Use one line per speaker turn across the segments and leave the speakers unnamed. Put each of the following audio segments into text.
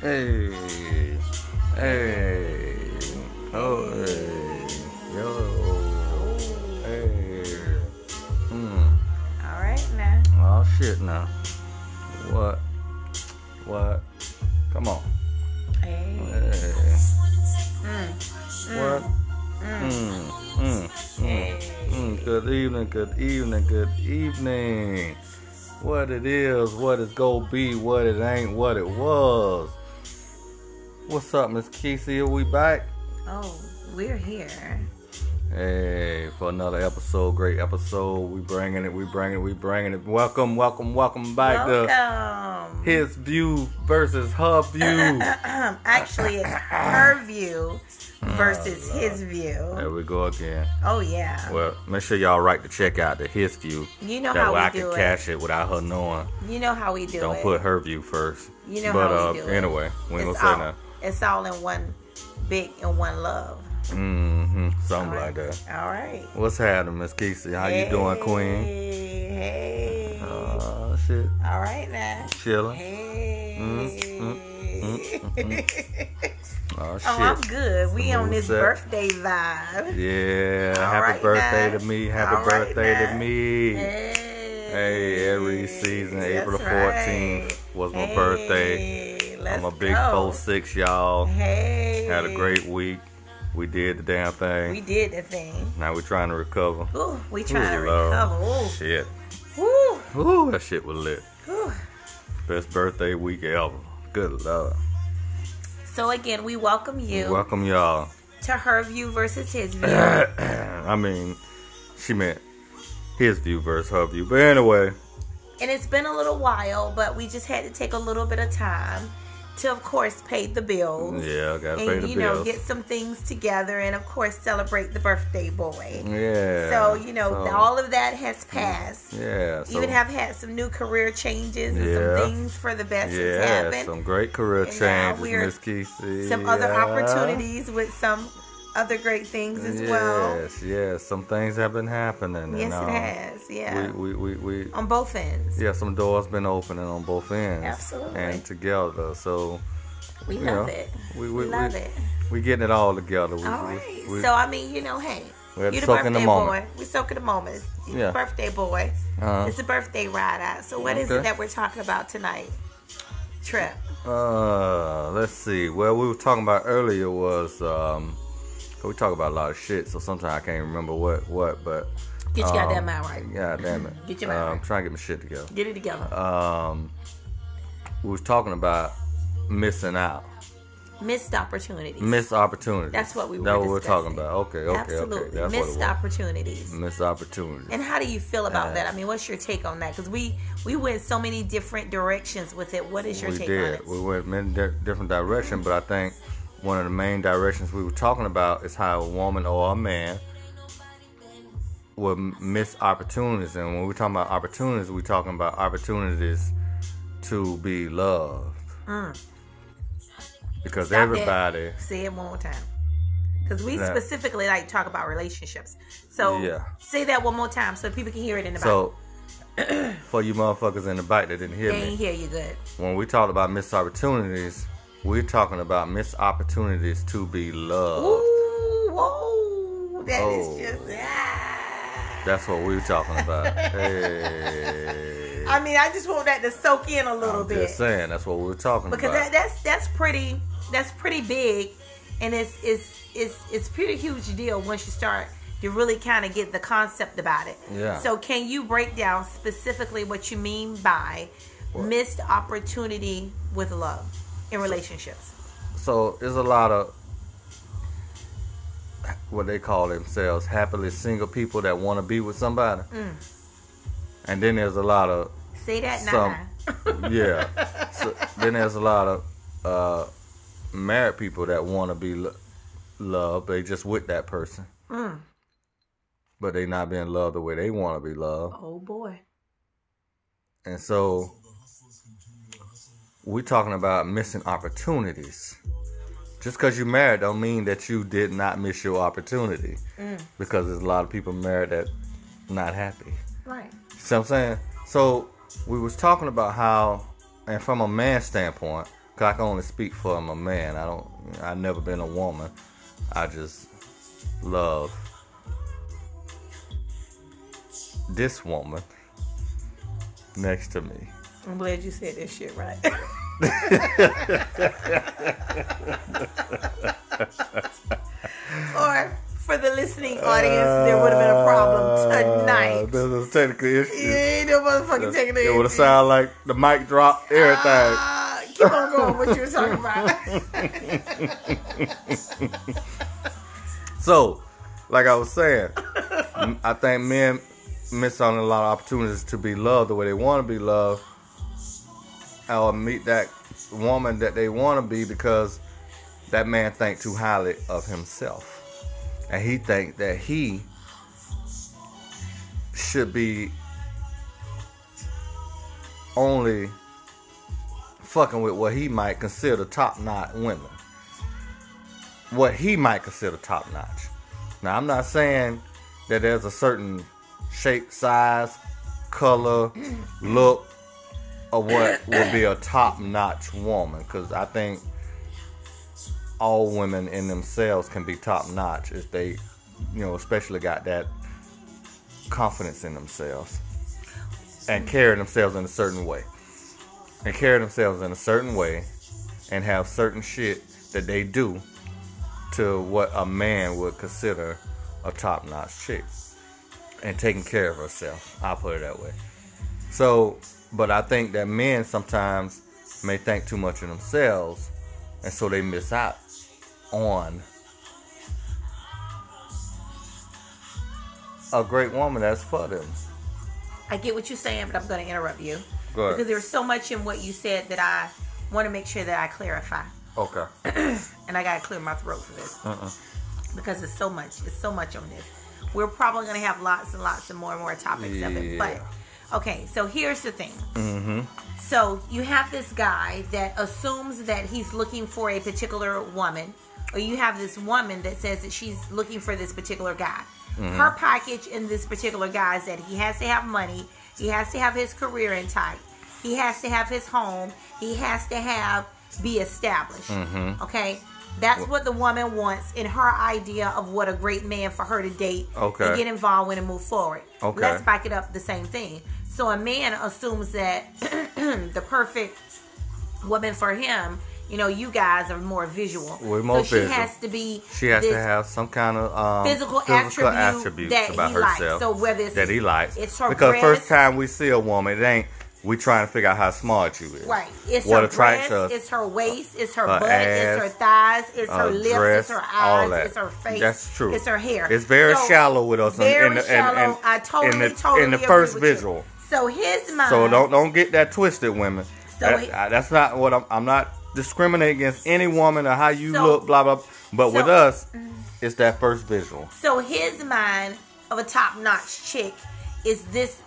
Hey, hey, oh, hey, yo, hey. Mm.
All right now.
Oh shit, now. What? What? Come on.
Hey.
Hey.
Mm.
What? Mm. Mm. Mm. Mm. Good evening. Good evening. Good evening. What it is, what it's gonna be, what it ain't, what it was. What's up, Miss Kesey? Are we back?
Oh, we're here.
Hey, for another episode, great episode. We bringing it, we bringing it, we bringing it. Welcome, welcome, welcome back to
Welcome.
his view versus her view.
Actually, it's her view versus
Mm.
his
there
view.
we go again.
Oh yeah.
Well, make sure y'all write the check out to his view.
You know
that
how
way I can
we do it.
cash it without her knowing.
You know how we do
Don't
it.
put her view first.
You know
but
how
uh,
we do it.
anyway, we ain't gonna
it's
say
all,
nothing.
it's all in one big and one love.
Mm-hmm. Something
All
like
right.
that.
All right.
What's happening, Miss Keisha? How you doing, Queen?
Hey. hey.
Uh, shit,
all right now.
chilling.
Hey.
Mm, Oh shit.
oh, I'm good. We
The
on this
moveset.
birthday vibe.
Yeah.
All
Happy
right
birthday
now.
to me. Happy
All right
birthday to
now.
me.
Hey.
Hey, every season, April the
That's right.
14th was my
Hey,
birthday.
let's
I'm a big
go.
4-6, y'all.
Hey.
Had a great week. We did the damn thing.
We did the thing.
now we're trying to recover.
Ooh, we trying to
Ooh, Lord.
recover. Ooh.
Shit.
Ooh.
Ooh, that shit was lit.
Ooh.
Best birthday week ever. Good lord.
So again, we welcome you
Welcome y'all.
to her view versus his view.
I mean, she meant his view versus her view. But anyway,
and it's been a little while, but we just had to take a little bit of time to, of course, pay the bills.
yeah, I gotta
and
pay the
you know,
bills.
get some things together, and of course, celebrate the birthday boy.
yeah.
So you know,
so-
all of that has passed.
Yeah. So,
Even have had some new career changes and
Yeah.
some things for the best has
yeah,
happened.
some great career
And now
changes,
we're-
Miss Kesey.
some other
yeah.
opportunities with some other great things as
yes,
well.
Yes, Some things have been happening. and,
Yes,
um,
it has. Yeah,
We, we, we, we,
on both ends.
yeah, some doors been opening on both ends.
Absolutely.
And together. So,
We
you
love
know,
it.
we, we,
We love
we,
it.
we getting it all together. We,
All
we-
right.
we-
so I mean, you know, hey,
We had
you
to
the
soak in
birthday
the
boy.
moment.
We soak in the moment. You the
Yeah.
birthday boy.
Uh-huh.
It's a birthday ride out. So what is
Okay.
it that we're talking about tonight? Trip.
Uh, let's see. Well, we were talking about earlier was um, 'cause we talk about a lot of shit, so sometimes I can't remember what what. But
Get your
um,
goddamn mind right.
God damn it.
Get your mind
um,
right.
Trying to get my shit together.
Get it together.
Um, we was talking about missing out,
Missed opportunities.
missed opportunities.
That's what we were
That's what we're
discussing.
talking about. Okay, okay,
Absolutely.
okay. That's
Missed
what Mm.
opportunities.
it was. Missed opportunities.
And how do you feel about
Uh,
that? I mean, what's your take on that? Because we we went so many different directions with it. What is your
we
take on
did.
it?
We went many di- different directions, but I think one of the main directions we were talking about is how a woman or a man will m- miss opportunities. And when we're talking about opportunities, we're talking about opportunities to be loved. Because
Mm. Stop that.
everybody,
Say it one more time. Because we
Yeah.
specifically like talk about relationships. So
Yeah.
say that one more time so people can hear it in the back.
so for you motherfuckers in the back that didn't hear
They
me,
ain't hear you good.
when we talk about missed opportunities, we're talking about missed opportunities to be loved.
Ooh, whoa. that is
Oh.
just. Ah.
That's what we were talking about. hey.
I mean, I just want that to soak in a little
I'm
bit.
just saying, that's what we were talking
Oh, because that,
about.
that's that's pretty that's pretty big and it's it's it's it's pretty huge deal once you start to really kind of get the concept about it
Yeah.
so can you break down specifically what you mean by
What?
missed opportunity with love in relationships
so there's a lot of what they call themselves happily single people that want to be with somebody.
Mm.
And then there's a lot of,
say that
Some-
now
yeah. so, then there's a lot of uh, married people that want to be lo- loved. They just with that person.
Mm.
But they not being loved the way they want to be loved.
oh boy
And so we're talking about missing opportunities. Just because you're married don't mean that you did not miss your opportunity. Because there's a lot of people married that not happy.
right
See what I'm saying? So we was talking about how and from a man's standpoint, Cause I can only speak for I'm a man. I don't. I've never been a woman. I just love this woman next to me.
I'm glad you said this shit right. or for the listening audience, there would have been a problem
Uh,
tonight.
This is a technical issue.
You ain't no motherfucking taking
It would have sounded like the mic dropped, everything.
Uh, keep on going what you were talking about.
So, like I was saying, m- I think men miss out on a lot of opportunities to be loved the way they want to be loved, or meet that woman that they want to be because that man think too highly of himself, and he think that he should be only fucking with what he might consider top notch women what he might consider top notch. Now, I'm not saying that there's a certain shape, size, color, look, or what would be a top notch woman, because I think all women in themselves can be top notch if they, you know, especially got that confidence in themselves and carry themselves in a certain way. And carry themselves in a certain way and have certain shit that they do to what a man would consider a top notch chick and taking care of herself. I'll put it that way. So, but I think that men sometimes may think too much of themselves and so they miss out on a great woman that's for them.
I get what you're saying, but I'm going to interrupt you
Go ahead.
because there's so much in what you said that I want to make sure that I clarify,
Okay.
and I got to clear my throat for this because it's so much. It's so much on this. We're probably going to have lots and lots and more and more topics of it. But okay, so here's the thing. Mm-hmm. So you have this guy that assumes that he's looking for a particular woman, or you have this woman that says that she's looking for this particular guy. Her package in this particular guy is that he has to have money, he has to have his career intact, he has to have his home, he has to have be established. Okay. That's what the woman wants in her idea of what a great man for her to date
Okay.
and get involved with and move forward.
Okay.
Let's back it up the same thing. So a man assumes that the perfect woman for him, you know, you guys are more visual.
We're more
so
visual.
she has to be
She has to
this
have some kind of um,
physical attribute
attributes
that
about
he likes.
herself
So whether it's
that he likes.
it's her
because
breasts-
first time we see a woman, it ain't we trying to figure out how smart you is.
Right. It's
what
her
attracts us.
breasts, it's her waist, it's her,
her
butt,
ass,
it's her thighs, it's her,
her
lips,
dress,
it's her
all
eyes,
that.
it's her face.
That's true.
It's her hair.
It's very
So,
shallow with us in- in
Very
the- in-
shallow.
in-
I totally,
in the-
totally
in the
agree
first
with you.
visual.
So his mind.
So don't don't get that twisted, women.
So
That-
he-
I- that's not what I'm. I'm not discriminating against any woman or how you
So-
look, blah blah. But with
so-
us, it's that first visual.
So his mind of a top notch chick is this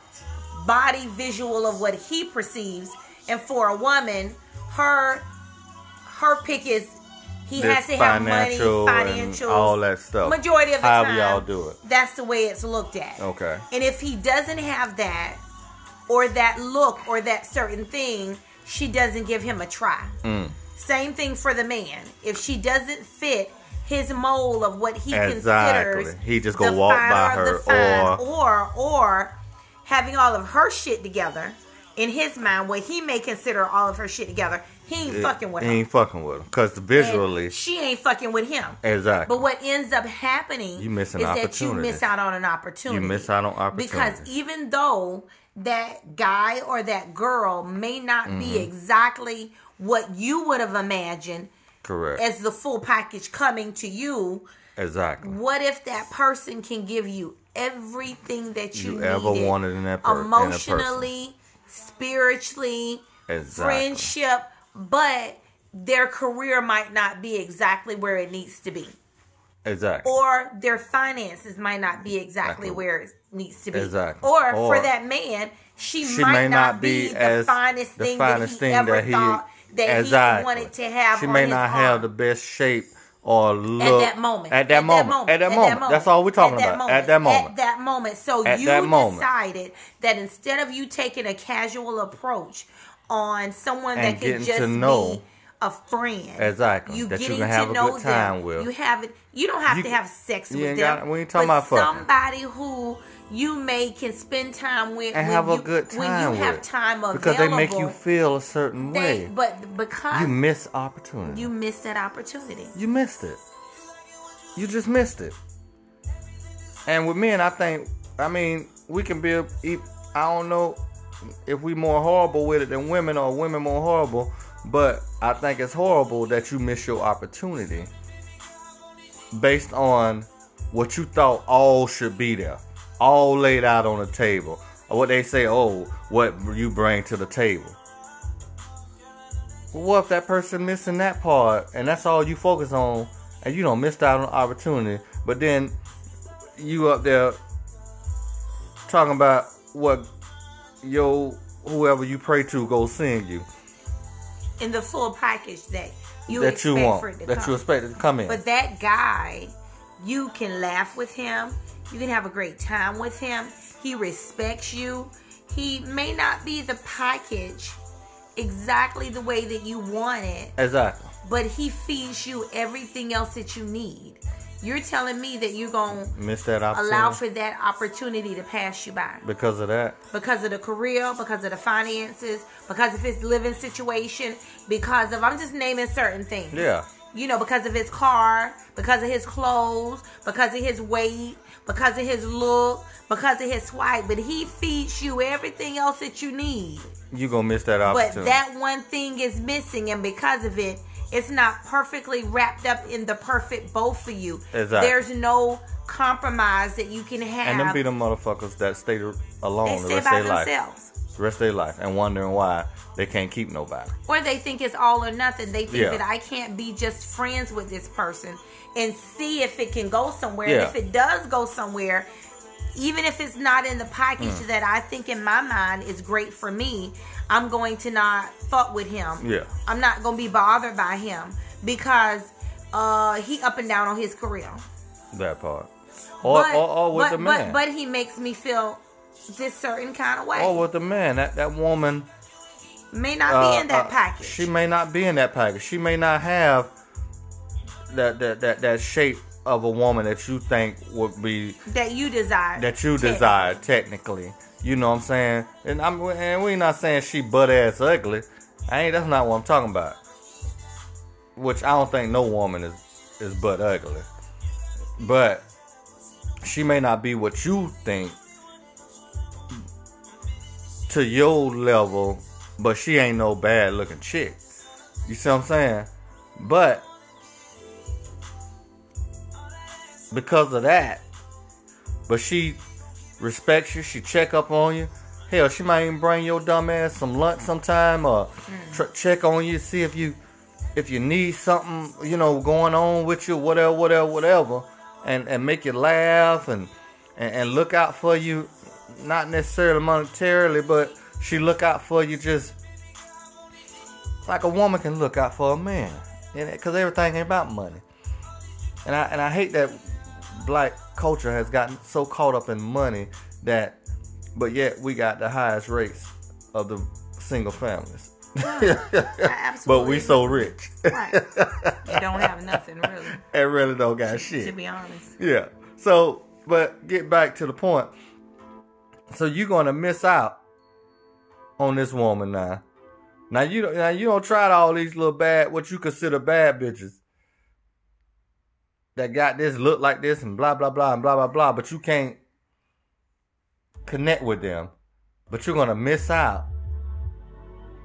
body visual of what he perceives, and for a woman, her her pick is he
This
has to have money,
financial and
financial,
all that stuff.
Majority of the
However
time,
y'all do it.
That's the way it's looked at.
Okay.
And if he doesn't have that, or that look, or that certain thing, she doesn't give him a try. Same thing for the man. If she doesn't fit his mold of what he
Exactly.
considers,
He just
the
gonna walk
finer
by
of the
her,
fine,
or-
or or having all of her shit together in his mind, what he may consider all of her shit together, he ain't fucking with
He
her.
ain't fucking with because
And
visually,
she ain't fucking with him.
exactly.
But what ends up happening
You miss an
is that you miss
opportunity.
out on an opportunity.
You miss out on
Because
opportunity.
even though that guy or that girl may not be
Mm-hmm.
exactly what you would have imagined
correct.
as the full package coming to you,
exactly.
what if that person can give you everything that you,
You ever
needed
wanted in that per- in a person.
emotionally, spiritually,
Exactly.
friendship, but their career might not be exactly where it needs to be,
Exactly.
or their finances might not be exactly
Exactly.
where it needs to be,
Exactly.
or,
Or-
for that man, she,
she
might
may
not, be, the
as
finest
the
thing
finest
that he
thing
ever
that he
thought that
exactly.
he wanted to have.
She
on
may
his
not
arm.
have the best shape or look
at that moment.
At that, moment. At that moment. That's all we're talking
At that
about. At that
At
moment.
that moment. So
At
you
that moment.
decided that instead of you taking a casual approach on someone
And
that could
getting
just
to know
be a friend.
Exactly.
You
That you
getting
can have
to
a
know
good time
them.
with.
You have it. You don't have
You-
to have sex
you
with
ain't
them.
gotta- we ain't talking
but
about fucking.
somebody who you may can spend time with
and
when
have
you,
a good time
when you
with
have time available.
because they make you feel a certain
They-
way.
but because
you miss opportunity.
you missed that opportunity.
You missed it. You just missed it. And with men, I think, I mean, we can be, a- e- I don't know if we more horrible with it than women or women more horrible, but I think it's horrible that you miss your opportunity based on what you thought all should be there, all laid out on the table. Or what they say, oh, what you bring to the table. But what if that person missing that part and that's all you focus on and you don't miss out on opportunity? But then you up there talking about what yo whoever you pray to go sing you
in the full package that you
that you
expect
want
for it to
that
come.
you expect it to come in.
but that guy, you can laugh with him. You can have a great time with him. He respects you. He may not be the package exactly the way that you want it,
exactly.
but he feeds you everything else that you need. You're telling me that you're going to
Miss that opportunity
allow for that opportunity to pass you by
because of that.
because of the career, because of the finances, because of his living situation, because of I'm just naming certain things.
Yeah.
You know, because of his car, because of his clothes, because of his weight, because of his look, because of his swipe. But he feeds you everything else that you need.
You gonna miss that
But
opportunity.
that one thing is missing, and because of it, it's not perfectly wrapped up in the perfect bowl for you.
Exactly.
There's no compromise that you can have.
and them be the motherfuckers that stay
they
alone the
stay
rest
by
of their life.
themselves.
Rest of their life and wondering why they can't keep nobody.
or they think it's all or nothing. They think
Yeah.
that I can't be just friends with this person and see if it can go somewhere.
Yeah.
And if it does go somewhere, even if it's not in the package
Mm.
that I think in my mind is great for me, I'm going to not fuck with him.
Yeah.
I'm not going to be bothered by him because uh, he up and down on his career.
That part. Or
but,
or, or with
but,
the man.
But, but he makes me feel this certain kind of way.
or with the man. That that woman
May not be
uh,
in that
uh,
package.
She may not be in that package. She may not have that that that, that shape of a woman that you think would be
that you desire.
that you
Tech.
desire technically. You know what I'm saying? And I'm and we not saying she butt ass ugly. I ain't that's not what I'm talking about. Which I don't think no woman is is butt ugly. But she may not be what you think to your level, but she ain't no bad looking chick. You see what I'm saying? But because of that, but she respects you. She check up on you. Hell, she might even bring your dumb ass some lunch sometime, or tr- check on you, see if you if you need something, you know, going on with you, whatever, whatever, whatever, and and make you laugh and and, and look out for you, not necessarily monetarily, but she look out for you just like a woman can look out for a man, because everything ain't about money. And I and I hate that black culture has gotten so caught up in money that, but yet we got the highest rates of the single families.
I
But we
absolutely
so rich
Right. you don't have nothing really,
and really don't got
to
shit.
be honest.
Yeah. So, but get back to the point. So you're gonna miss out on this woman now. Now you don't. Now you don't try to all these little bad, what you consider bad bitches that got this look like this and blah blah blah and blah blah blah. But you can't connect with them. But you're gonna miss out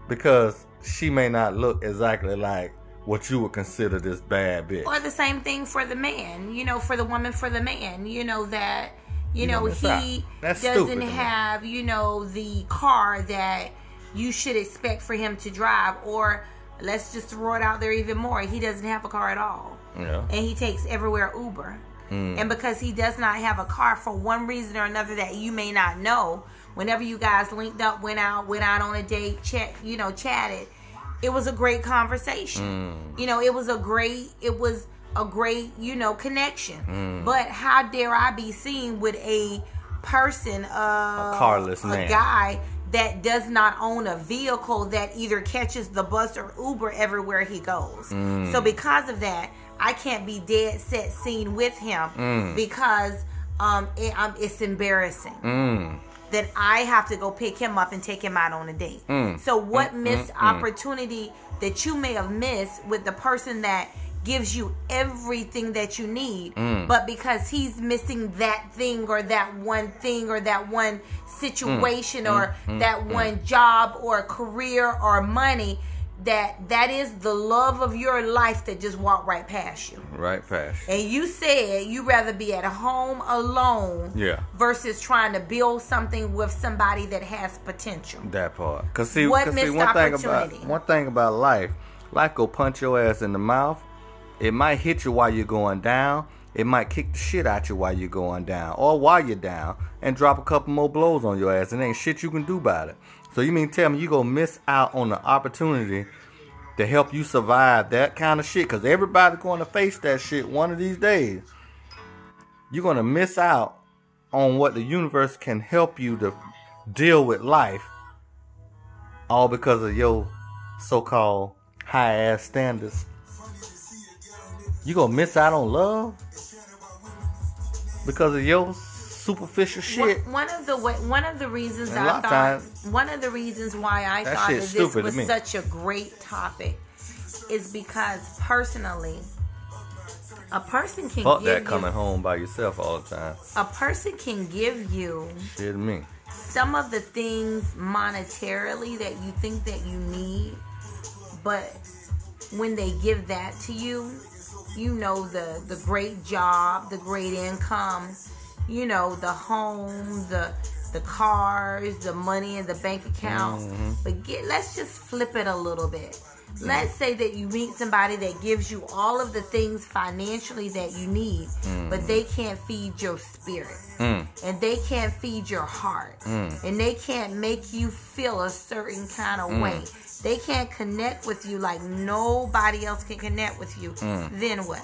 because she may not look exactly like what you would consider this bad bitch.
Or the same thing for the man, you know, for the woman, for the man, you know, that, you,
You
know,
don't miss out.
he
That's stupid
doesn't
to me.
have, you know, the car that you should expect for him to drive. Or let's just throw it out there even more. He doesn't have a car at all.
Yeah.
and he takes everywhere Uber. And because he does not have a car for one reason or another that you may not know, whenever you guys linked up, went out, went out on a date, chat, you know, chatted, it was a great conversation. You know, it was a great, it was a great, you know, connection. But how dare I be seen with a person, uh,
carless
a
man.
guy that does not own a vehicle that either catches the bus or Uber everywhere he goes.
Mm.
So because of that, I can't be dead set seen with him
Mm.
because um, it, um, it's embarrassing that I have to go pick him up and take him out on a date. So what missed opportunity that you may have missed with the person that gives you everything that you need, but because he's missing that thing or that one thing or that one situation or that one job or career or money, that that is the love of your life that just walked right past you.
Right past.
And you said you'd rather be at home alone
Yeah.
versus trying to build something with somebody that has potential.
That part. Cause see,
What
'cause see
missed
one thing about
opportunity?
one thing about life, life go punch your ass in the mouth. It might hit you while you're going down. It might kick the shit out you while you're going down, or while you're down, and drop a couple more blows on your ass. And ain't shit you can do about it. So you mean tell me you gonna miss out on the opportunity to help you survive that kind of shit? Cause everybody's going to face that shit one of these days. You're gonna miss out on what the universe can help you to deal with life all because of your so-called high ass standards. You gonna miss out on love because of your superficial shit.
One, one of the wa- one of the reasons
And a
I
lot of
thought
times-
one of the reasons why I
That
thought
shit's
that this
stupid to me.
was such a great topic is because personally, a person can
Fuck
give
that coming
you
home by yourself all the time.
a person can give you
Shit, me.
some of the things monetarily that you think that you need, but when they give that to you, you know the the great job, the great income, you know the home, the the cars, the money in the bank account. But get let's just flip it a little bit. Let's say that you meet somebody that gives you all of the things financially that you need, but they can't feed your spirit and they can't feed your heart and they can't make you feel a certain kind of way they can't connect with you like nobody else can connect with you then what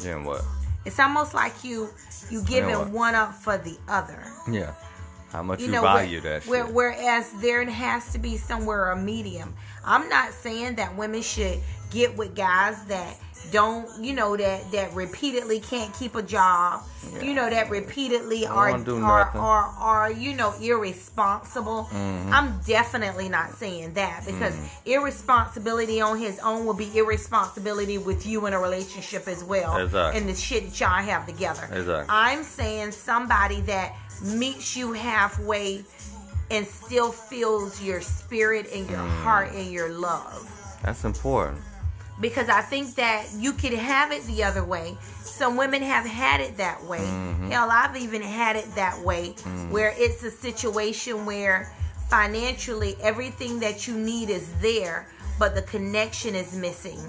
Then what?
it's almost like you you
what?
giving one up for the other
Yeah. How much you,
you know
value
where-
that
where-
shit?
whereas there has to be somewhere a medium i'm not saying that women should get with guys that don't you know that that repeatedly can't keep a job you know that repeatedly are
wanna do
are,
nothing. Mm-hmm.
are are you know irresponsible i'm definitely not saying that because irresponsibility on his own will be irresponsibility with you in a relationship as well
Exactly.
and the shit that y'all have together
Exactly.
i'm saying somebody that meets you halfway and still feels your spirit and your heart and your love
That's important.
because I think that you could have it the other way. Some women have had it that way. Hell, I've even had it that way, where it's a situation where financially everything that you need is there, but the connection is missing.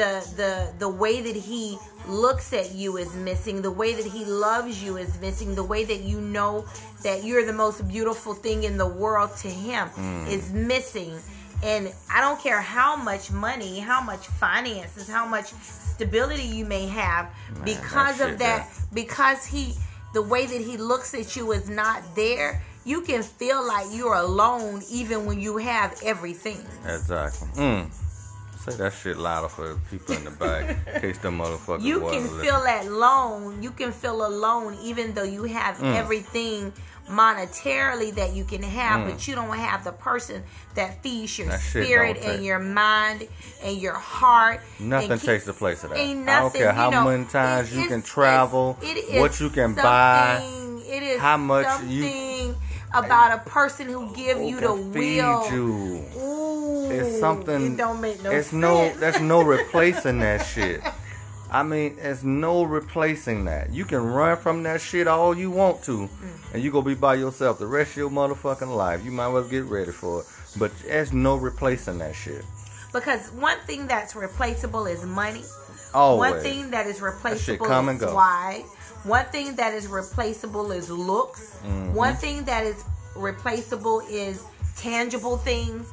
The the the way that he looks at you is missing. The way that he loves you is missing. The way that you know that you're the most beautiful thing in the world to him is missing. And I don't care how much money, how much finances, how much stability you may have because
that
of
shit,
that, because he, the way that he looks at you is not there, you can feel like you're alone even when you have everything.
Exactly. Mm. Say that shit louder for the people in the back, in case them motherfuckers
You
wasn't
can
listening.
feel that alone. You can feel alone even though you have
Mm.
everything monetarily that you can have, but you don't have the person that feeds your
Mm. That shit
spirit
don't
and
take-
your mind and your heart. and
Nothing
keep-
takes the place of that.
Ain't
I don't
nothing,
care
you
how
know,
many times
it-
you
it's-
can
it's-
travel,
it is
what you can buy,
something- It is
how much you-
something about a person who give
who
you the
can feed
will.
you.
Ooh,
It's something.
It don't make no
It's
sense.
no. There's no replacing that shit. I mean, there's no replacing that. You can run from that shit all you want to,
Mm.
and you gonna be by yourself the rest of your motherfucking life. You might as well get ready for it. But there's no replacing that shit.
because one thing that's replaceable is money.
Always.
One thing that is replaceable
come and
is
go.
wide. One thing that is replaceable is looks.
Mm-hmm.
One thing that is replaceable is tangible things.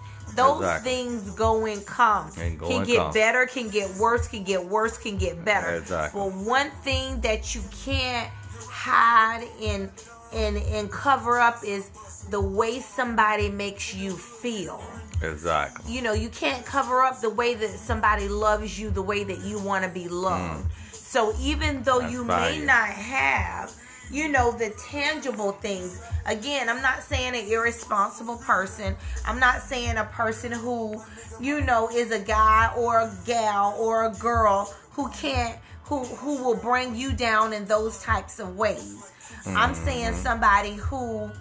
Those
Exactly.
things go and come.
And go
can
and
get
come.
better, can get worse, can get worse, can get better.
Exactly.
But one thing that you can't hide and and and cover up is the way somebody makes you feel.
Exactly.
You know, you can't cover up the way that somebody loves you, the way that you want to be loved. So even though
Mm. That's
you may
fire.
not have, you know, the tangible things. Again, I'm not saying an irresponsible person. I'm not saying a person who, you know, is a guy or a gal or a girl who can't who who will bring you down in those types of ways. I'm saying
Mm-hmm.
somebody who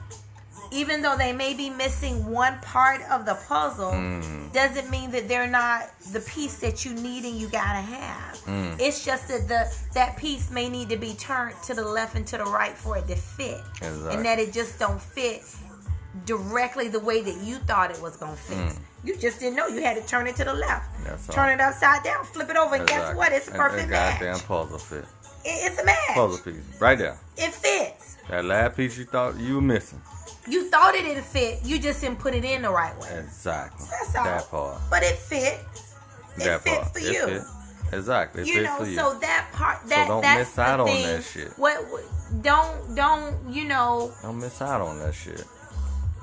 even though they may be missing one part of the puzzle,
Mm.
doesn't mean that they're not the piece that you need and you gotta have.
Mm.
It's just that the that piece may need to be turned to the left and to the right for it to fit,
Exactly.
and that it just don't fit directly the way that you thought it was gonna fit.
Mm.
You just didn't know you had to turn it to the left,
That's all.
turn it upside down, flip it over, and guess
Exactly.
what? It's a
And that
perfect match.
goddamn puzzle fit.
It- it's a match.
Puzzle piece. Right there.
It fits.
That last piece you thought you were missing.
You thought it didn't fit. You just didn't put it in the right way.
Exactly.
That's all.
That part.
But it fit. It
that
fit
part.
for
It
you.
fit. Exactly. It
you
fit
know,
for you.
so that part that
don't
that's
miss out
the
on
thing.
that shit.
What, what don't don't you know
Don't miss out on that shit.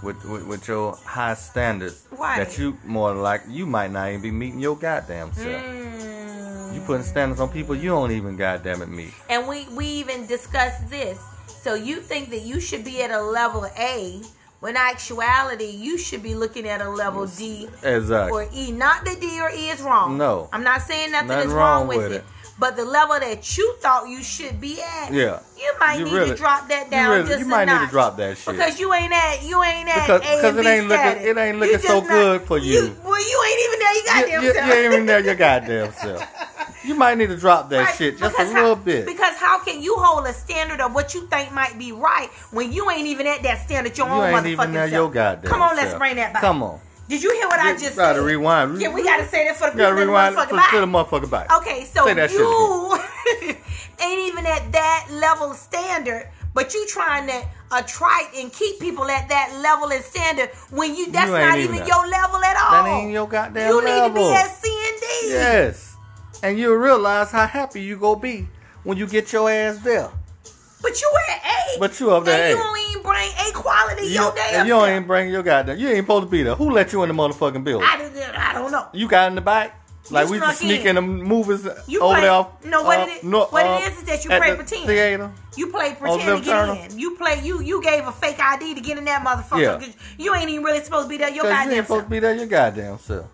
With, with, with your high standards
Right.
that you more like you might not even be meeting your goddamn self.
Mm.
You putting standards on people you don't even goddamn it meet.
and we we even discussed this. So you think that you should be at a level A when actuality you should be looking at a level D
Exactly.
or E. Not that D or E is wrong.
No.
I'm not saying nothing,
Nothing
is wrong,
wrong
with,
with
it.
it.
But the level that you thought you should be at,
Yeah.
you might
You
need to
really-
drop that
you
down.
really-
just
you
a
might need to
notch.
drop that shit.
because you ain't at you ain't at
Because-
A and
because it
B
ain't looking-
status.
it ain't
You
looking
just
so
not-
good for you.
Well, you ain't even there. You goddamn
you, you,
self.
you ain't even there your goddamn self. You might need to drop that
Right,
shit just a
because
little
how-
bit.
Because how can you hold a standard of what you think might be right when you ain't even at that standard your
you
own
ain't
motherfucking
even there
self?
your goddamn
Come on,
self.
let's bring that back.
Come on.
Did you hear what I just
Gotta
said?
rewind.
Yeah, we gotta say that for the
You gotta
people in the
rewind
motherfucking back.
to the motherfucker back.
Okay, so
Say that shit
you ain't even at that level standard, but you trying to attract and keep people at that level and standard when you that's
You ain't
not
even
even
at-
your level at all.
That ain't your goddamn
You need to
level.
be at C and D.
Yes. And you'll realize how happy you gonna be when you get your ass there.
But you at A.
But you up there
And
A.
you don't even bring A quality
You,
your damn
and you
self.
don't even bring your goddamn. You ain't supposed to be there. Who let you in the motherfucking building?
I, didn't, I don't know.
You got in the back. Like we
snuck
used to sneak
in.
in the movies
You
over
play-
there. Off, uh,
no, what it is- what it is is that you
at
play
the
pretend.
Theater.
You played pretend
Lil
to get
Turner.
in. You play you you gave a fake ID to get in that motherfucker.
Yeah.
'cause You ain't even really supposed to be there. Your
Because
goddamn
you ain't supposed
self.
to be there your goddamn self.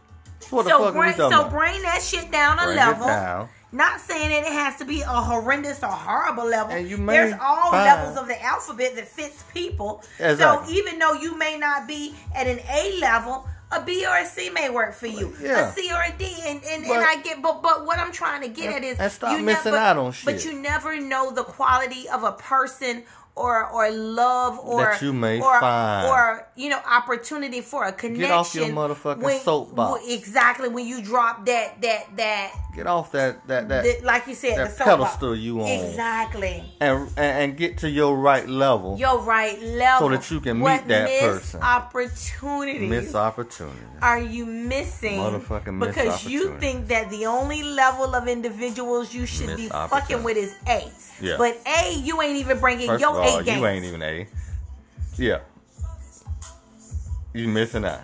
So What the
so
fuck are we
bring so
talking about?
bring that shit down a
Bring it
level.
down.
Not saying that it has to be a horrendous or horrible level.
And you may
There's all
find-
levels of the alphabet that fits people. So
Exactly.
even though you may not be at an A level, a B or a C may work for you.
Yeah.
A C or a D, and and,
But-
and I get. But but what I'm trying to get
And-
at is
and stop
you
missing
never,
out on
But
shit.
you never know the quality of a person. Or, or love or
That you may
or,
find.
or you know opportunity for a connection
off your motherfucking
when-
soapbox.
when- exactly when you drop that that that
Get off that that that
the- like you said
that
the soapbox.
pedestal you on.
exactly
and, and and get to your right level.
your right level
So that you can
What
meet that
missed
person.
opportunities
Miss opportunity.
are you missing
Motherfucking missed
because you
opportunity.
think that the only level of individuals you should
Missed
be fucking
opportunity.
with is A
Yeah.
but A you ain't even bringing
First
your
of all,
A game
you ain't even a. Yeah. You missing out.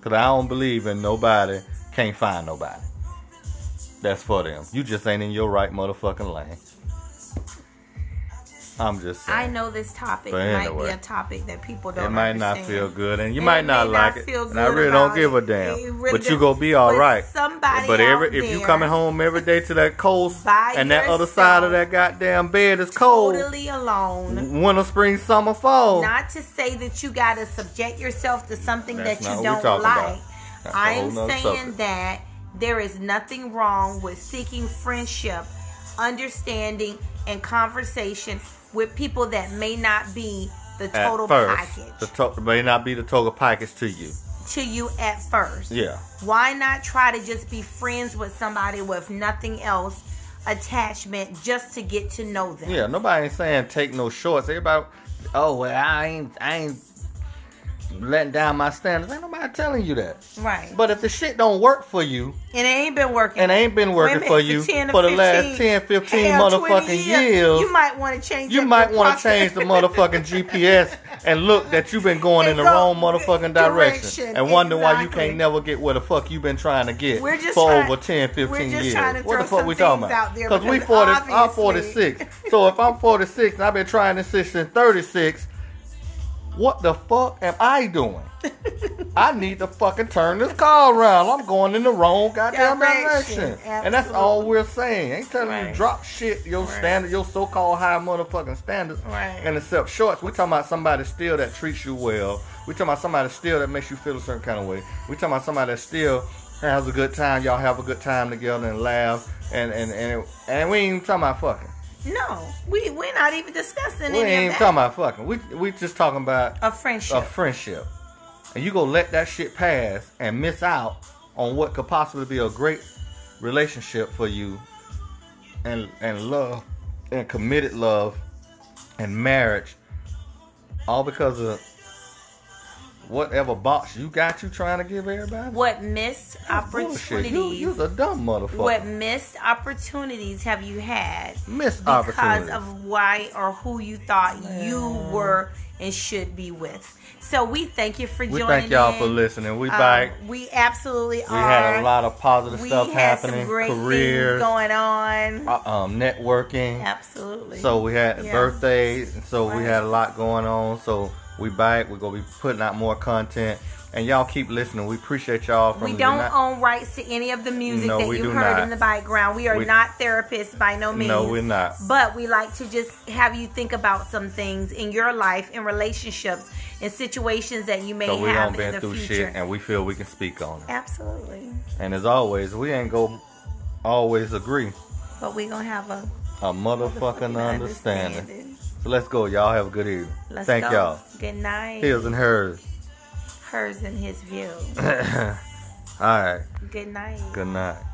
Cause I don't believe in nobody can't find nobody. That's for them. You just ain't in your right motherfucking lane. I'm just saying.
I know this topic
But
might
anyway,
be a topic that people don't
It might not
understand.
feel good, and you
And
might
it
not
may
like
not
it.
feel
And I
good
really don't
about
give a
it.
damn.
It really
but you gonna be all
but
right.
somebody
but every
out
if you
there-
coming home every day to that cold
By
and that other
yourself,
side of that goddamn bed is cold.
Totally alone.
Winter, spring, summer, fall.
Not to say that you gotta subject yourself to something
That's not
that you
what we're
don't
talking about.
like.
That's a
I
whole
am
nother
saying
subject.
that there is nothing wrong with seeking friendship, understanding, and conversation with people that may not be the
at
total
first,
package
the to- may not be the total package to you.
to you at first.
Yeah,
Why not try to just be friends with somebody with nothing else attachment just to get to know them?
yeah. Nobody ain't saying take no shorts. Everybody, oh well, I ain't, I ain't letting down my standards. Ain't nobody telling you that.
Right.
But if the shit don't work for you
and it ain't been working.
and ain't been working
Women
for you
10 to
for the last
15,
10, 15
hell, 20
motherfucking years,
You might want to change.
you
up
might
your
want to
process.
change the motherfucking GPS and look that you've been going in
And
the
go
wrong motherfucking direction,
direction,
and wonder why you
exactly.
can't never get where the fuck you been trying to get
We're just
for
trying-
over 10, 15
we're just
years.
trying to
what the
throw
fuck we talking
some things
about?
out there
we
because
40, I'm
obviously-
46. so if I'm 46 and I've been trying this shit since 36, what the fuck am I doing? I need to fucking turn this car around. I'm going in the wrong goddamn
Direction,
direction. And that's all
absolutely.
we're saying. Ain't telling you
Right.
to drop shit, your
Right.
standard, your so-called high motherfucking standards,
Right.
and accept shorts. We're talking about somebody still that treats you well. We're talking about somebody still that makes you feel a certain kind of way. We're talking about somebody that still has a good time. Y'all have a good time together and laugh. And and and, and we ain't even talking about fucking.
No, we we're not even discussing
We
any
ain't even
of
talking
that.
about fucking. We we just talking about
A friendship.
a friendship. And you gonna let that shit pass and miss out on what could possibly be a great relationship for you and and love and committed love and marriage all because of whatever box you got you trying to give everybody.
what missed
Bullshit.
opportunities?
You, you's a dumb motherfucker.
what missed opportunities have you had
Missed
because
opportunities.
of why or who you thought you were and should be with? So we thank you for
we
joining.
thank y'all
in.
for listening. We
Um,
back.
We absolutely
We had a lot of positive
we
stuff
had
happening.
Some great
careers,
things going on.
uh, um, networking.
absolutely.
So we had
Yeah.
birthdays, and so we
Right.
had a lot going on. So we back. We're gonna be putting out more content, and y'all keep listening. We appreciate y'all. From
we
the
don't
United-
own rights to any of the music
No,
that
we
you
do
heard
not.
in the background. We are
We-
not therapists by no means.
No, we're not.
But we like to just have you think about some things in your life, in relationships, in situations that you may
So we
have
don't been
in the
through
future.
shit, and we feel we can speak on it.
Absolutely.
And as always, we ain't gonna always agree.
But we're going to have a
A motherfucking understanding. So let's go, y'all. Have a good evening.
Let's
Thank
go.
y'all.
Good night.
His and hers.
Hers and his view.
All right.
Good night.
Good night.